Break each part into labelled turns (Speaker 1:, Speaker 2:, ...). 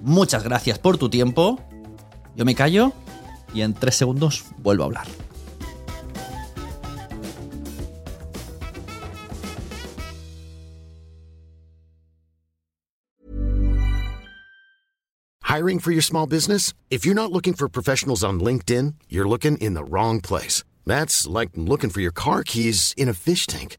Speaker 1: Muchas gracias por tu tiempo. Yo me callo y en tres segundos vuelvo a hablar.
Speaker 2: Hiring for your small business? If you're not looking for professionals on LinkedIn, you're looking in the wrong place. That's like looking for your car keys in a fish tank.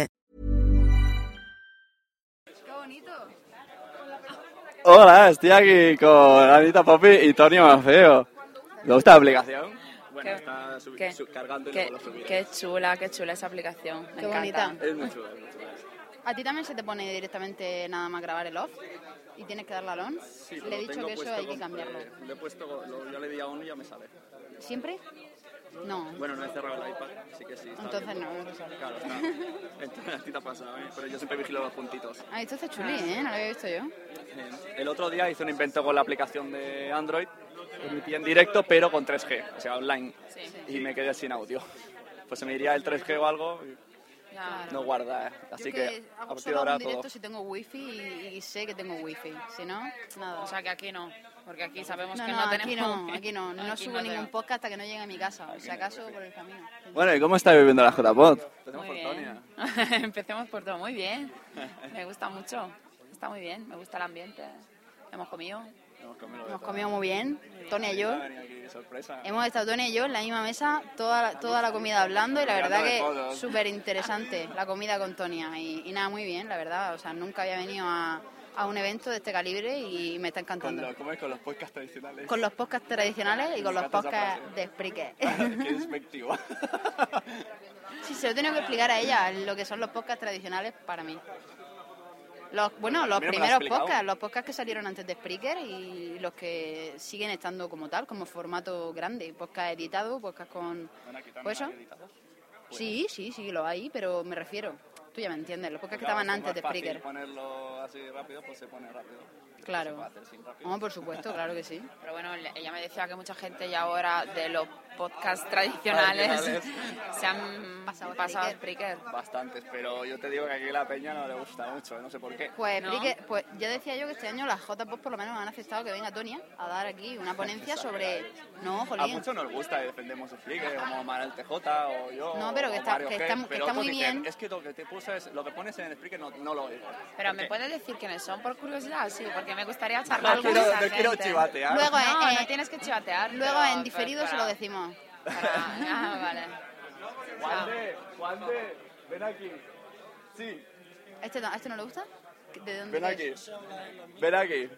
Speaker 3: Hola, estoy aquí con Anita Popi y Tonio Maceo. ¿Te gusta la aplicación? Bueno,
Speaker 4: ¿Qué?
Speaker 3: está subi-
Speaker 4: ¿Qué?
Speaker 3: su- cargando y
Speaker 4: qué,
Speaker 3: luego lo subiré.
Speaker 4: qué chula, qué chula esa aplicación. Me
Speaker 5: Qué
Speaker 4: encanta.
Speaker 5: bonita.
Speaker 3: Es muy chulo, es muy chulo.
Speaker 5: A ti también se te pone directamente nada más grabar el off y tienes que darle al on. le he dicho que eso hay que cambiarlo.
Speaker 3: Le he puesto, lo- yo le di a uno y ya me sale.
Speaker 5: ¿Siempre? No.
Speaker 3: Bueno, no he cerrado el iPad, así que sí. está
Speaker 5: Entonces
Speaker 3: bien.
Speaker 5: no, no sale.
Speaker 3: Claro, está. Entonces, a ti te ha pasado, ¿eh? Pero yo siempre vigilo los puntitos.
Speaker 5: Ah, esto está chulí, ¿eh? No lo había visto yo.
Speaker 3: Eh, El otro día hice un invento con la aplicación de Android. Emití en directo, pero con 3G, o sea, online. Y me quedé sin audio. Pues se me iría el 3G o algo, y
Speaker 5: Claro.
Speaker 3: no guarda, ¿eh?
Speaker 5: Yo
Speaker 3: Así que,
Speaker 5: que
Speaker 3: a partir
Speaker 5: hago
Speaker 3: de
Speaker 5: solo
Speaker 3: ahora
Speaker 5: un
Speaker 3: todo.
Speaker 5: directo si tengo wifi y, y sé que tengo wifi. Si no, nada.
Speaker 4: O sea que aquí no, porque aquí sabemos
Speaker 5: no,
Speaker 4: que
Speaker 5: no,
Speaker 4: no,
Speaker 5: aquí
Speaker 4: tenemos.
Speaker 5: no, aquí no. No
Speaker 4: Aquí
Speaker 5: subo ningún
Speaker 4: tenemos.
Speaker 5: podcast hasta que no llegue a mi casa, o si acaso por el camino.
Speaker 3: Bueno, ¿y cómo está viviendo la JPod? Tenemos
Speaker 4: Muy
Speaker 3: por
Speaker 4: bien.
Speaker 3: Tonia.
Speaker 4: Empecemos por todo. Muy bien. Me gusta mucho. Está muy bien. Me gusta el ambiente. Hemos comido.
Speaker 3: Hemos comido
Speaker 5: Hemos comido muy bien, Tony y yo.
Speaker 3: Ha venido aquí, sorpresa.
Speaker 5: Hemos estado Tony y yo en la misma mesa toda la, toda la comida hablando y la verdad que súper interesante la comida con Tonia y, y nada, muy bien, la verdad. O sea, nunca había venido a, a un evento de este calibre y me está
Speaker 3: Con,
Speaker 5: encantando.
Speaker 3: los- ¿cómo es? con los podcasts tradicionales.
Speaker 5: Con los podcasts tradicionales y con los podcasts de Spreaker.
Speaker 3: Ah, Qué despectivo.
Speaker 5: Sí, se lo tengo que explicar a ella lo que son los podcasts tradicionales para mí. Los, bueno, los
Speaker 3: mí no me lo has
Speaker 5: primeros
Speaker 3: explicado.
Speaker 5: podcasts, los podcasts que salieron antes de Spreaker y los que siguen estando como tal, como formato grande, podcast editado, podcast con... Pues eso.
Speaker 3: Pues
Speaker 5: Sí, sí, sí, lo hay, pero me refiero. Tú ya me entiendes, los podcasts que estaban antes de
Speaker 3: Spreaker.
Speaker 5: Spreaker.
Speaker 3: ponerlo así rápido, pues se pone rápido. Se puede
Speaker 5: Claro.
Speaker 3: hacer sin rápido.
Speaker 5: Oh, por supuesto, claro que sí.
Speaker 4: Pero bueno, le- ella me decía que mucha gente ya ahora de los podcasts tradicionales
Speaker 3: Tradicionales.
Speaker 4: se han
Speaker 5: Pasado
Speaker 4: pasado,
Speaker 5: a
Speaker 4: a Spreaker.
Speaker 3: Bastantes, pero yo te digo que aquí la peña no le gusta mucho, no sé por qué.
Speaker 5: Pues,
Speaker 4: ¿No?
Speaker 5: Spreaker- pues ya decía yo que este año las J-Pop por lo menos han aceptado que venga Tonia a dar aquí una ponencia sobre... No,
Speaker 3: A
Speaker 5: jolín.
Speaker 3: muchos nos gusta, defendemos Spreaker, como Omar el TJ o yo.
Speaker 5: No, pero que
Speaker 3: o
Speaker 5: está-
Speaker 3: Mario
Speaker 5: que
Speaker 3: G,
Speaker 5: está mu- que
Speaker 3: pero
Speaker 5: está
Speaker 3: otros
Speaker 5: muy
Speaker 3: dicen,
Speaker 5: bien.
Speaker 3: Es que lo que, te puse lo que pones en el Spreaker no, no lo oigo.
Speaker 4: Pero
Speaker 3: ¿Por
Speaker 4: me
Speaker 3: qué?
Speaker 4: puedes decir quiénes son por curiosidad, sí, porque me gustaría charlar
Speaker 3: No
Speaker 4: con
Speaker 3: quiero,
Speaker 4: esa
Speaker 3: no quiero
Speaker 4: gente.
Speaker 3: chivatear.
Speaker 5: Luego,
Speaker 4: No,
Speaker 5: eh,
Speaker 4: no tienes que chivatear.
Speaker 5: Luego
Speaker 4: pero-
Speaker 5: en diferido
Speaker 4: pero-
Speaker 5: se lo decimos.
Speaker 4: para- Ah, vale.
Speaker 3: Juan de, Juan de, ven aquí. Sí,
Speaker 5: ¿Este no, este no le gusta? ¿De dónde
Speaker 3: ven aquí.
Speaker 5: es?
Speaker 3: Ven aquí.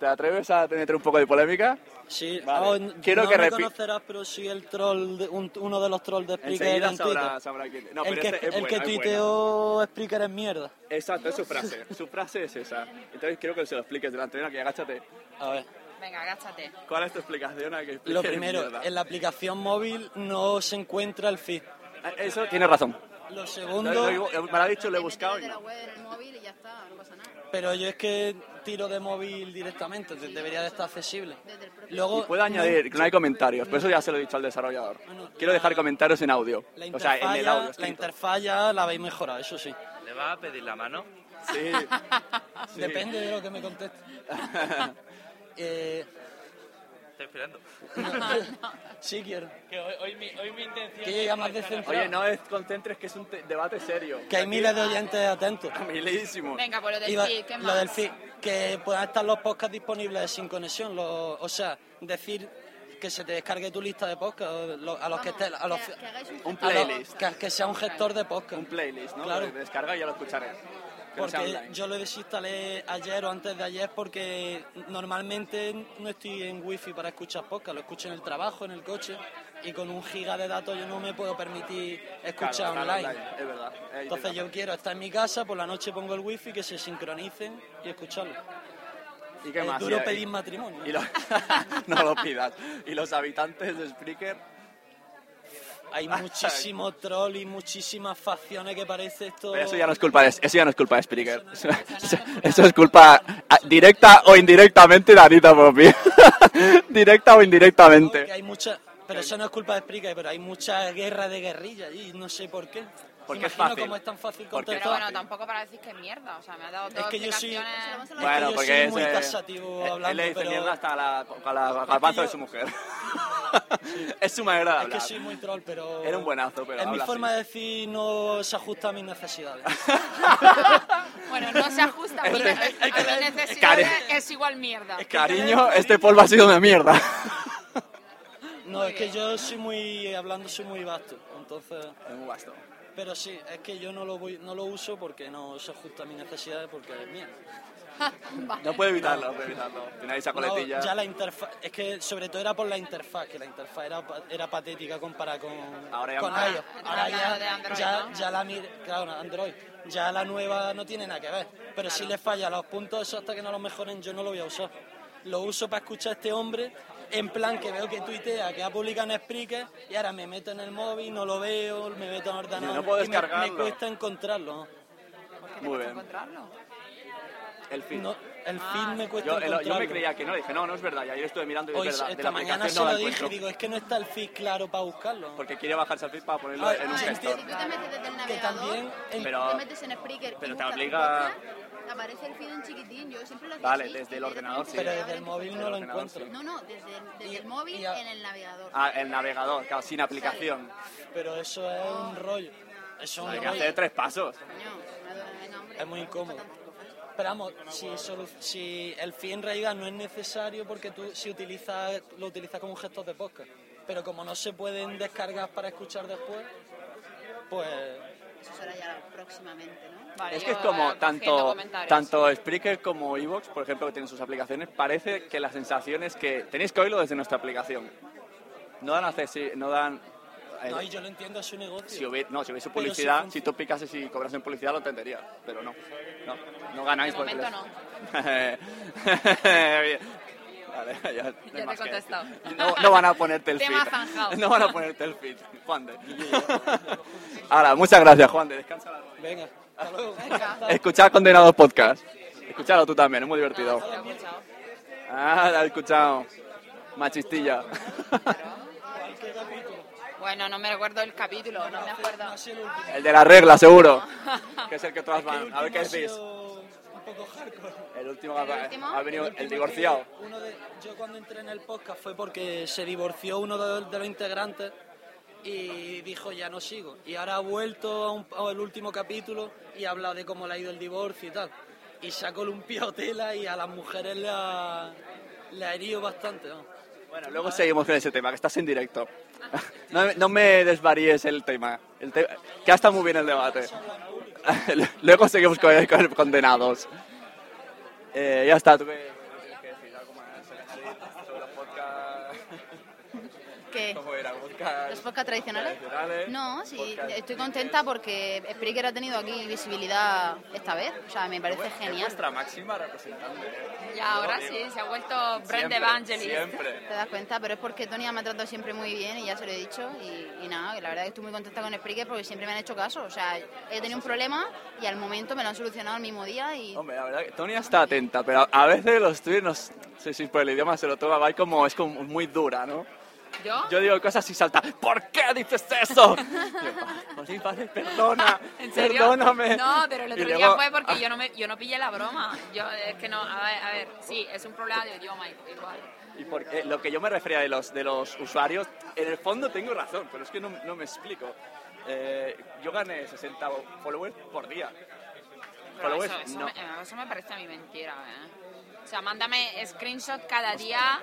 Speaker 3: ¿Te atreves a tener un poco de polémica?
Speaker 4: Sí,
Speaker 3: Vale.
Speaker 4: ah, n-
Speaker 3: Quiero
Speaker 4: no
Speaker 3: que
Speaker 4: me
Speaker 3: repi-
Speaker 4: conocerás, pero sí el troll, de- un- uno de los trolls de Spreaker era
Speaker 3: Enseguida
Speaker 4: en
Speaker 3: sabrá,
Speaker 4: Twitter.
Speaker 3: sabrá quién. No,
Speaker 4: el
Speaker 3: pero
Speaker 4: que,
Speaker 3: este es
Speaker 4: el que
Speaker 3: buena, es buena.
Speaker 4: tuiteó Spreaker es mierda.
Speaker 3: Exacto, es su frase. Su frase es esa. Entonces quiero que se lo expliques delante. Venga, que agáchate.
Speaker 4: A ver.
Speaker 6: Venga, agáchate.
Speaker 3: ¿Cuál es tu explicación? a que
Speaker 4: Lo
Speaker 3: expliques
Speaker 4: primero,
Speaker 3: mierda?
Speaker 4: en la aplicación móvil no se encuentra el feed.
Speaker 3: Ah, Eso tiene razón.
Speaker 4: Lo
Speaker 3: Lo- lo-
Speaker 4: segundo,
Speaker 3: lo- me lo ha dicho, lo he buscado. y
Speaker 5: Métete la
Speaker 3: no.
Speaker 5: web en el móvil y ya está, no pasa nada.
Speaker 4: pero yo es que tiro de móvil directamente, de- debería de estar accesible. Luego,
Speaker 3: Y puedo añadir que no hay comentarios, por eso ya se lo he dicho al desarrollador.
Speaker 4: Bueno,
Speaker 3: Quiero dejar
Speaker 4: la-
Speaker 3: comentarios en audio.
Speaker 4: la
Speaker 3: O sea,
Speaker 4: interfaz,
Speaker 3: en el audio.
Speaker 4: la
Speaker 3: escrito.
Speaker 4: interfaz ya la habéis mejorado, eso sí.
Speaker 7: ¿Le vas a pedir la mano?
Speaker 3: Sí. Sí.
Speaker 4: Depende de lo que me conteste. Eh,
Speaker 7: Estoy esperando.
Speaker 4: sí quiero.
Speaker 7: Que hoy, hoy mi, hoy mi intención
Speaker 4: Que llega más descentrado.
Speaker 3: Oye, no desconcentres que es un te- debate serio.
Speaker 4: Que hay miles de oyentes atentos.
Speaker 3: Milísimo.
Speaker 6: Venga, por lo del
Speaker 4: Y va-
Speaker 6: feed, ¿qué más?
Speaker 4: lo del feed, que puedan estar los podcasts disponibles sin conexión. lo- o sea, decir que se te descargue tu lista de podcasts lo- a los que estés. A los,
Speaker 5: que, que hagáis un
Speaker 3: Un
Speaker 4: a los-
Speaker 3: playlist.
Speaker 4: que, que sea un gestor de podcast.
Speaker 3: Un playlist, ¿no?
Speaker 4: Claro.
Speaker 3: Lo Descarga y ya lo escucharé. Que no sea
Speaker 4: Porque
Speaker 3: online.
Speaker 4: yo lo desinstalé ayer o antes de ayer porque normalmente no estoy en wifi para escuchar podcast, lo escucho en el trabajo, en el coche y con un giga de datos yo no me puedo permitir
Speaker 3: Claro,
Speaker 4: escuchar
Speaker 3: claro,
Speaker 4: online.
Speaker 3: Es verdad. Ahí te
Speaker 4: Entonces yo quiero estar en mi casa, por la noche pongo el wifi, que se sincronicen y escucharlo.
Speaker 3: ¿Y qué
Speaker 4: Es
Speaker 3: más?
Speaker 4: duro
Speaker 3: Y-
Speaker 4: pedir matrimonio.
Speaker 3: y los- no lo pidas. Y los habitantes de Spreaker,
Speaker 4: Hay muchísimo troll y muchísimas facciones que parece esto...
Speaker 3: pero eso ya no es culpa de, eso ya no es culpa de Spreaker. Eso, eso es culpa ah, directa o indirectamente de Anita Popi. directa o
Speaker 4: Que
Speaker 3: indirectamente.
Speaker 4: hay mucha... Pero eso no es culpa de Spreaker, pero hay mucha guerra de guerrilla y no sé por qué.
Speaker 3: Porque es
Speaker 4: Imagino
Speaker 3: fácil.
Speaker 4: cómo es tan fácil
Speaker 3: Porque es
Speaker 4: contestar.
Speaker 6: Pero bueno,
Speaker 3: fácil.
Speaker 6: tampoco para decir que mierda. O sea, me ha dado
Speaker 4: Es
Speaker 6: todas
Speaker 4: que yo soy-
Speaker 6: explicaciones.
Speaker 4: Es que
Speaker 3: Bueno,
Speaker 4: yo
Speaker 3: porque
Speaker 4: soy muy
Speaker 3: ese-
Speaker 4: tasativo
Speaker 3: eh, él-
Speaker 4: hablando,
Speaker 3: Él le dice
Speaker 4: pero-
Speaker 3: mierda hasta la, a la- al pazo de
Speaker 4: yo-
Speaker 3: su mujer. es su manera de
Speaker 4: Es que
Speaker 3: hablar.
Speaker 4: soy muy troll, pero...
Speaker 3: Era un buenazo, pero
Speaker 4: Es mi
Speaker 3: habla
Speaker 4: forma
Speaker 3: así.
Speaker 4: de decir no se ajusta a mis necesidades.
Speaker 6: Bueno, no se ajusta. a mi-
Speaker 3: Este-
Speaker 6: a mi necesidad
Speaker 3: Cari-
Speaker 6: de- es igual mierda.
Speaker 3: Cariño, este polvo ha sido una mierda.
Speaker 4: No, es que yo soy muy... Hablando soy muy vasto, entonces...
Speaker 3: Es un gasto.
Speaker 4: Pero sí, es que yo no lo, voy, no lo uso porque no se ajusta a mis necesidades porque es mía.
Speaker 3: No puede evitarlo, no puede evitarlo. Tiene ahí esa
Speaker 4: No,
Speaker 3: coletilla.
Speaker 4: ya la interfaz, es que sobre todo era por la interfaz, que la interfaz era, pa- era patética comparada con,
Speaker 3: Ahora ya
Speaker 4: con
Speaker 3: más.
Speaker 4: iOS.
Speaker 6: Ah,
Speaker 4: Ahora
Speaker 6: hablando de
Speaker 4: ya,
Speaker 6: Android,
Speaker 4: ya,
Speaker 6: ¿no?
Speaker 4: ya la mir- claro, Android, ya la nueva no tiene nada que ver, pero si le falla los puntos esos hasta que no los mejoren yo no lo voy a usar. Lo uso para escuchar a este hombre en plan que veo que tuitea, que ha publicado en Spreaker y ahora me meto en el móvil, no lo veo, me meto en el ordenador
Speaker 3: no puedo
Speaker 4: y me- me,
Speaker 3: descargarlo.
Speaker 4: cuesta encontrarlo.
Speaker 3: Muy bien.
Speaker 6: encontrarlo.
Speaker 3: El fin.
Speaker 4: No, el
Speaker 5: Ah,
Speaker 4: feed me cuesta
Speaker 3: yo, el- yo
Speaker 4: encontrarlo.
Speaker 3: me creía que no, dije, no, no es verdad. Y ayer estuve mirando y es
Speaker 4: Hoy,
Speaker 3: verdad. de la
Speaker 4: esta mañana
Speaker 3: aplicación
Speaker 4: se
Speaker 3: no la
Speaker 4: lo dije,
Speaker 3: encuentro.
Speaker 4: digo, es que no está el feed claro para buscarlo.
Speaker 3: Porque quiere bajarse al feed para ponerlo
Speaker 4: Ah,
Speaker 3: en un
Speaker 4: ah,
Speaker 5: Si tú
Speaker 3: gestor.
Speaker 5: te metes desde el
Speaker 4: que
Speaker 5: navegador,
Speaker 4: también el-
Speaker 3: Pero-
Speaker 5: te metes en Spreaker
Speaker 3: pero
Speaker 5: y
Speaker 3: te
Speaker 5: buscas
Speaker 3: obliga-
Speaker 5: un podcast, aparece el feed en chiquitín, yo siempre lo hacía
Speaker 3: Vale,
Speaker 5: así,
Speaker 3: desde el
Speaker 5: y
Speaker 3: ordenador, sí.
Speaker 5: directamente
Speaker 4: pero
Speaker 5: te
Speaker 4: desde
Speaker 5: abre
Speaker 4: el
Speaker 5: tu
Speaker 4: móvil no
Speaker 5: ordenador.
Speaker 4: lo
Speaker 3: ordenador,
Speaker 4: encuentro.
Speaker 5: No, no, desde el, desde
Speaker 4: Y-
Speaker 5: el móvil
Speaker 4: y a-
Speaker 5: en el navegador.
Speaker 3: Ah, el navegador, claro, sin aplicación.
Speaker 4: Pero eso es un rollo. Eso es
Speaker 3: Hay
Speaker 4: un
Speaker 3: que
Speaker 4: rollo.
Speaker 3: hacer tres pasos.
Speaker 5: Coño, me duele, venga, hombre,
Speaker 4: Es muy incómodo. Pero vamos, si, solu- si el feed en realidad no es necesario porque tú si utilizas, lo utilizas como un gestor de podcast. Pero como no se pueden descargar para escuchar después, pues
Speaker 5: Eso será ya próximamente, ¿no?
Speaker 6: Vale,
Speaker 3: Es que es
Speaker 6: yo
Speaker 3: como
Speaker 6: ahora cogiendo
Speaker 3: tanto,
Speaker 6: comentarios.
Speaker 3: tanto Spreaker como Evox, por ejemplo, que tienen sus aplicaciones, parece que la sensación es que tenéis que oírlo desde nuestra aplicación. No dan accesi- no dan... eh,
Speaker 4: no, y yo lo entiendo, es un negocio.
Speaker 3: si hubiese, no, si hubiese
Speaker 4: Pero si
Speaker 3: publicidad, si,
Speaker 4: func-
Speaker 3: tú picases y cobras en publicidad lo entenderías, pero no. No, no ganáis
Speaker 6: De
Speaker 3: por
Speaker 6: momento
Speaker 3: Vale, ya, no hay
Speaker 6: te he
Speaker 3: más que
Speaker 6: contestado.
Speaker 3: decir. No, no van a ponerte el
Speaker 6: Tema
Speaker 3: feed.
Speaker 6: zanjado.
Speaker 3: No van a ponerte el feed, Juan de. Ahora, muchas gracias, Juan de. Descansa la
Speaker 4: Venga, hasta luego.
Speaker 3: Escuchad Condenados Podcast. Escuchadlo tú también, es muy divertido. Ah, la he escuchado. Machistilla.
Speaker 6: Bueno, no me recuerdo el capítulo, no me acuerdo.
Speaker 4: Ha sido el último.
Speaker 3: El de la regla, seguro. Que es el que todas
Speaker 4: El
Speaker 3: van. A ver qué
Speaker 4: último ha
Speaker 3: decís.
Speaker 4: sido Un poco hardcore.
Speaker 3: El último que ha-
Speaker 5: último?
Speaker 3: ha venido,
Speaker 4: último
Speaker 3: el divorciado.
Speaker 4: que- uno de- yo cuando entré en el podcast fue porque se divorció uno de, de los integrantes y dijo ya no sigo. Y ahora ha vuelto a un- al último capítulo y ha hablado de cómo le ha ido el divorcio y tal. Y se ha columpiado tela y a las mujeres le ha, le ha herido bastante. ¿no?
Speaker 3: Bueno, luego seguimos con ese tema, que estás en directo. No, no me desvaríes el tema. El te- que ha estado muy bien el debate. luego seguimos con, con Condenados. Eh, ya está. ¿tú qué- qué tienes que decir? ¿Algo más? ¿Sobre los podcasts?
Speaker 5: ¿Qué?
Speaker 3: ¿Cómo era? ¿Podcast?
Speaker 5: ¿Los podcasts tradicionales?
Speaker 3: Tradicionales, eh,
Speaker 5: No, sí,
Speaker 3: podcast
Speaker 5: estoy contenta porque Spreaker ha tenido aquí visibilidad esta vez. O sea, me parece
Speaker 3: eh, Es
Speaker 5: genial.
Speaker 3: vuestra máxima representante. ¿eh?
Speaker 4: Y ahora
Speaker 3: Yo
Speaker 4: sí,
Speaker 3: digo,
Speaker 4: se ha vuelto brand
Speaker 3: siempre,
Speaker 4: evangelist.
Speaker 5: ¿Te das cuenta? Pero es porque Tony me ha tratado siempre muy bien y ya se lo he dicho. Y, y nada, que la verdad que estoy muy contenta con Spreaker porque siempre me han hecho caso. O sea, he tenido un problema y al momento me lo han solucionado el mismo día y
Speaker 3: Hombre, la verdad que Tony está atenta, pero a- a veces los tweets, no sé si por el idioma se lo toma, va como, es como muy dura, ¿no?
Speaker 4: ¿Yo?
Speaker 3: Yo digo cosas y salta, ¿por qué dices eso? "Ah, Martín, padre, perdona,
Speaker 4: ¿En serio?
Speaker 3: perdóname.
Speaker 4: No, pero el otro
Speaker 3: Y
Speaker 4: día
Speaker 3: luego- Ah.
Speaker 4: fue porque yo no, me, yo no pillé la broma. Yo, es que no, a ver, a ver, sí, es un problema de idioma igual.
Speaker 3: Y porque lo que yo me refería de los, de los usuarios, en el fondo tengo razón, pero es que no, no me explico. Eh, yo gané 60 followers por día.
Speaker 4: Pero
Speaker 3: Followers,
Speaker 4: eso, eso
Speaker 3: no.
Speaker 4: me, eh, eso me parece a mí mentira, ¿eh? O sea, mándame screenshot cada día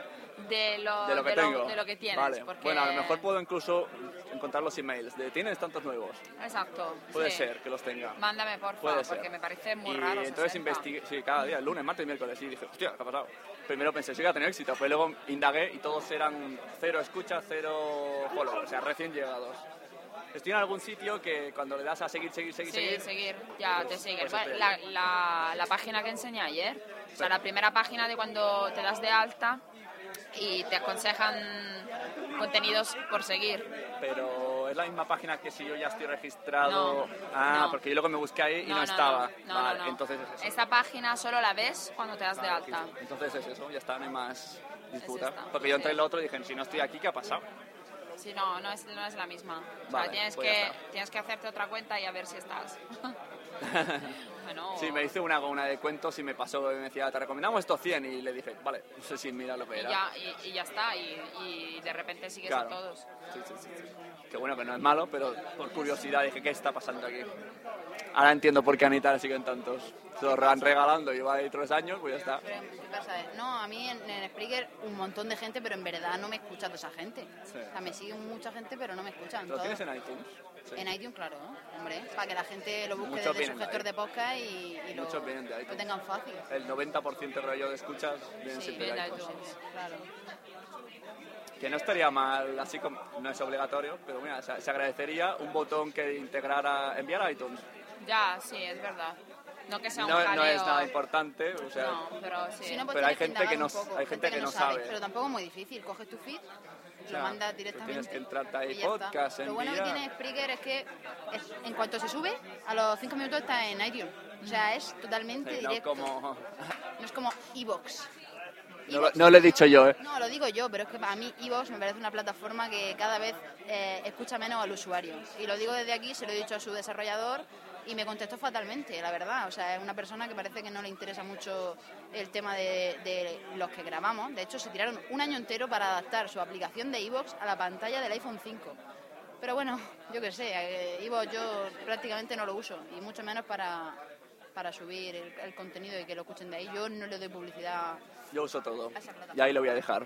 Speaker 4: de lo,
Speaker 3: de lo que
Speaker 4: Oh, de lo-
Speaker 3: tengo.
Speaker 4: de lo que tienes.
Speaker 3: Vale.
Speaker 4: porque-
Speaker 3: Bueno, a lo mejor puedo incluso encontrar los emails de tienes tantos nuevos.
Speaker 4: Exacto.
Speaker 3: Puede
Speaker 4: sí.
Speaker 3: ser que los tenga.
Speaker 4: Mándame, porfa,
Speaker 3: Puede ser.
Speaker 4: porque me parece muy
Speaker 3: y
Speaker 4: raro.
Speaker 3: entonces
Speaker 4: 60.
Speaker 3: investigué, sí, cada día, lunes, martes y miércoles, y dije, hostia, ¿qué ha pasado? Primero pensé, sí que ha tenido éxito, pero luego indagué y todos eran cero escuchas, cero follow, o sea, recién llegados. Estoy en algún sitio que cuando le das a seguir, seguir, seguir,
Speaker 4: Sí,
Speaker 3: seguir,
Speaker 4: seguir, ya te sigue.
Speaker 3: pues
Speaker 4: Va,
Speaker 3: espera.
Speaker 4: la, la- la página que enseñé ayer, o sea, la primera página de cuando te das de alta y te aconsejan contenidos por seguir.
Speaker 3: pero es la misma página que si yo ya estoy registrado.
Speaker 4: No,
Speaker 3: ah,
Speaker 4: no.
Speaker 3: porque yo luego me busqué ahí y no, estaba.
Speaker 4: No,
Speaker 3: vale,
Speaker 4: no, no.
Speaker 3: entonces es eso.
Speaker 4: Esa página solo la ves cuando te das de
Speaker 3: Vale,
Speaker 4: alta.
Speaker 3: Entonces es eso, ya está, no hay más disputa.
Speaker 4: esta,
Speaker 3: porque yo entré
Speaker 4: sí.
Speaker 3: en lo otro y dije, si no estoy aquí, ¿qué ha pasado?
Speaker 4: Sí, no, no es, no es la misma. O sea,
Speaker 3: Vale,
Speaker 4: tienes,
Speaker 3: pues ya
Speaker 4: que,
Speaker 3: está.
Speaker 4: tienes que hacerte otra cuenta y a ver si estás. bueno,
Speaker 3: Sí, me hice una, una de cuentos y me pasó, y me decía, te recomendamos estos 100 y le dije, vale, no sé si mira lo que
Speaker 4: y
Speaker 3: era.
Speaker 4: ya, y, y ya está, y, y de repente sigues
Speaker 3: Claro.
Speaker 4: a todos.
Speaker 3: Sí, sí, sí, sí. Que bueno, que no es malo, pero por curiosidad dije, ¿qué está pasando aquí? Ahora entiendo por qué Anita le siguen tantos. Se lo van regalando, lleva ahí tres años, pues ya está.
Speaker 5: Pero, ¿qué pasa? No, a mí en, en Spreaker un montón de gente, pero en verdad no me escucha toda esa gente.
Speaker 3: Sí.
Speaker 5: O sea, me sigue mucha gente, pero no me escuchan.
Speaker 3: ¿Lo
Speaker 5: todos.
Speaker 3: tienes en iTunes? Sí.
Speaker 5: En iTunes, claro, ¿no? hombre, para que la gente lo busque
Speaker 3: Muchos
Speaker 5: desde
Speaker 3: vienen
Speaker 5: su
Speaker 3: de
Speaker 5: gestor
Speaker 3: ahí.
Speaker 5: de podcast y, y lo,
Speaker 3: Muchos vienen de iTunes.
Speaker 5: lo tengan fácil.
Speaker 3: El 90% creo yo de escuchas vienen
Speaker 5: Sí,
Speaker 3: siempre de
Speaker 5: viene
Speaker 3: iTunes.
Speaker 5: iTunes, claro.
Speaker 3: Que no estaría mal, así como no es obligatorio, pero mira, se, se agradecería un botón que integrara, enviar a iTunes.
Speaker 4: Ya, sí, es verdad. No que sea
Speaker 3: No,
Speaker 4: un
Speaker 3: no
Speaker 4: jaleo.
Speaker 3: es nada importante, o sea,
Speaker 4: No, pero sí.
Speaker 5: Si no, pues
Speaker 3: Pero hay
Speaker 5: tienes
Speaker 3: gente
Speaker 5: que
Speaker 3: que
Speaker 5: indagar
Speaker 3: no-
Speaker 5: un poco,
Speaker 3: hay gente que no sabe.
Speaker 5: Pero tampoco es muy difícil. Coges tu feed,
Speaker 3: Ya,
Speaker 5: lo mandas
Speaker 3: pues
Speaker 5: directamente.
Speaker 3: tienes que entrarte ahí,
Speaker 5: y ya está.
Speaker 3: podcast,
Speaker 5: Lo bueno que
Speaker 3: enviar.
Speaker 5: tiene Spreaker es que es- en cuanto se sube, a los 5 minutos está en iTunes. O sea, es totalmente
Speaker 3: Sí, eh, no
Speaker 5: directo.
Speaker 3: como-
Speaker 5: No es como Evox.
Speaker 3: No lo- no lo he dicho yo, ¿eh?
Speaker 5: No, lo digo yo, pero es que a mí Evox me parece una plataforma que cada vez eh, escucha menos al usuario. Y lo digo desde aquí, se lo he dicho a su desarrollador y me contestó fatalmente, la verdad. O sea, es una persona que parece que no le interesa mucho el tema de, de pues, los que grabamos. De hecho, se tiraron un año entero para adaptar su aplicación de Evox a la pantalla del iPhone 5. Pero bueno, yo qué sé, eh, Evox yo prácticamente no lo uso y mucho menos para, para subir el, el contenido y que lo escuchen de ahí. Yo no le doy publicidad
Speaker 3: Yo uso todo.
Speaker 5: a esa plataforma.
Speaker 3: Y ahí lo voy a dejar.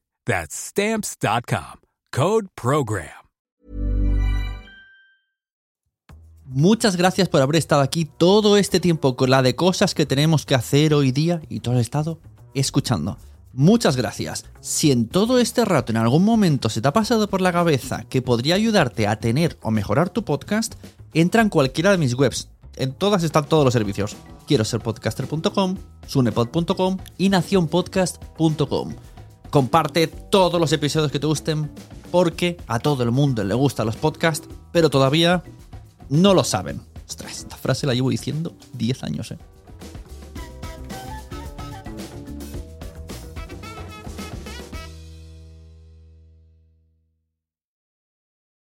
Speaker 2: That's Stamps.com. Code Program.
Speaker 1: Muchas gracias por haber estado aquí todo este tiempo con la de cosas que tenemos que hacer hoy día y todo el estado escuchando. Muchas gracias. Si en todo este rato en algún momento se te ha pasado por la cabeza que podría ayudarte a tener o mejorar tu podcast, entra en cualquiera de mis webs. En todas están todos los servicios. Quiero ser podcaster.com, sunepod.com y nacionpodcast.com. Comparte todos los episodios que te gusten porque a todo el mundo le gustan los podcasts, pero todavía no lo saben. Ostras, esta frase la llevo diciendo 10 años, eh.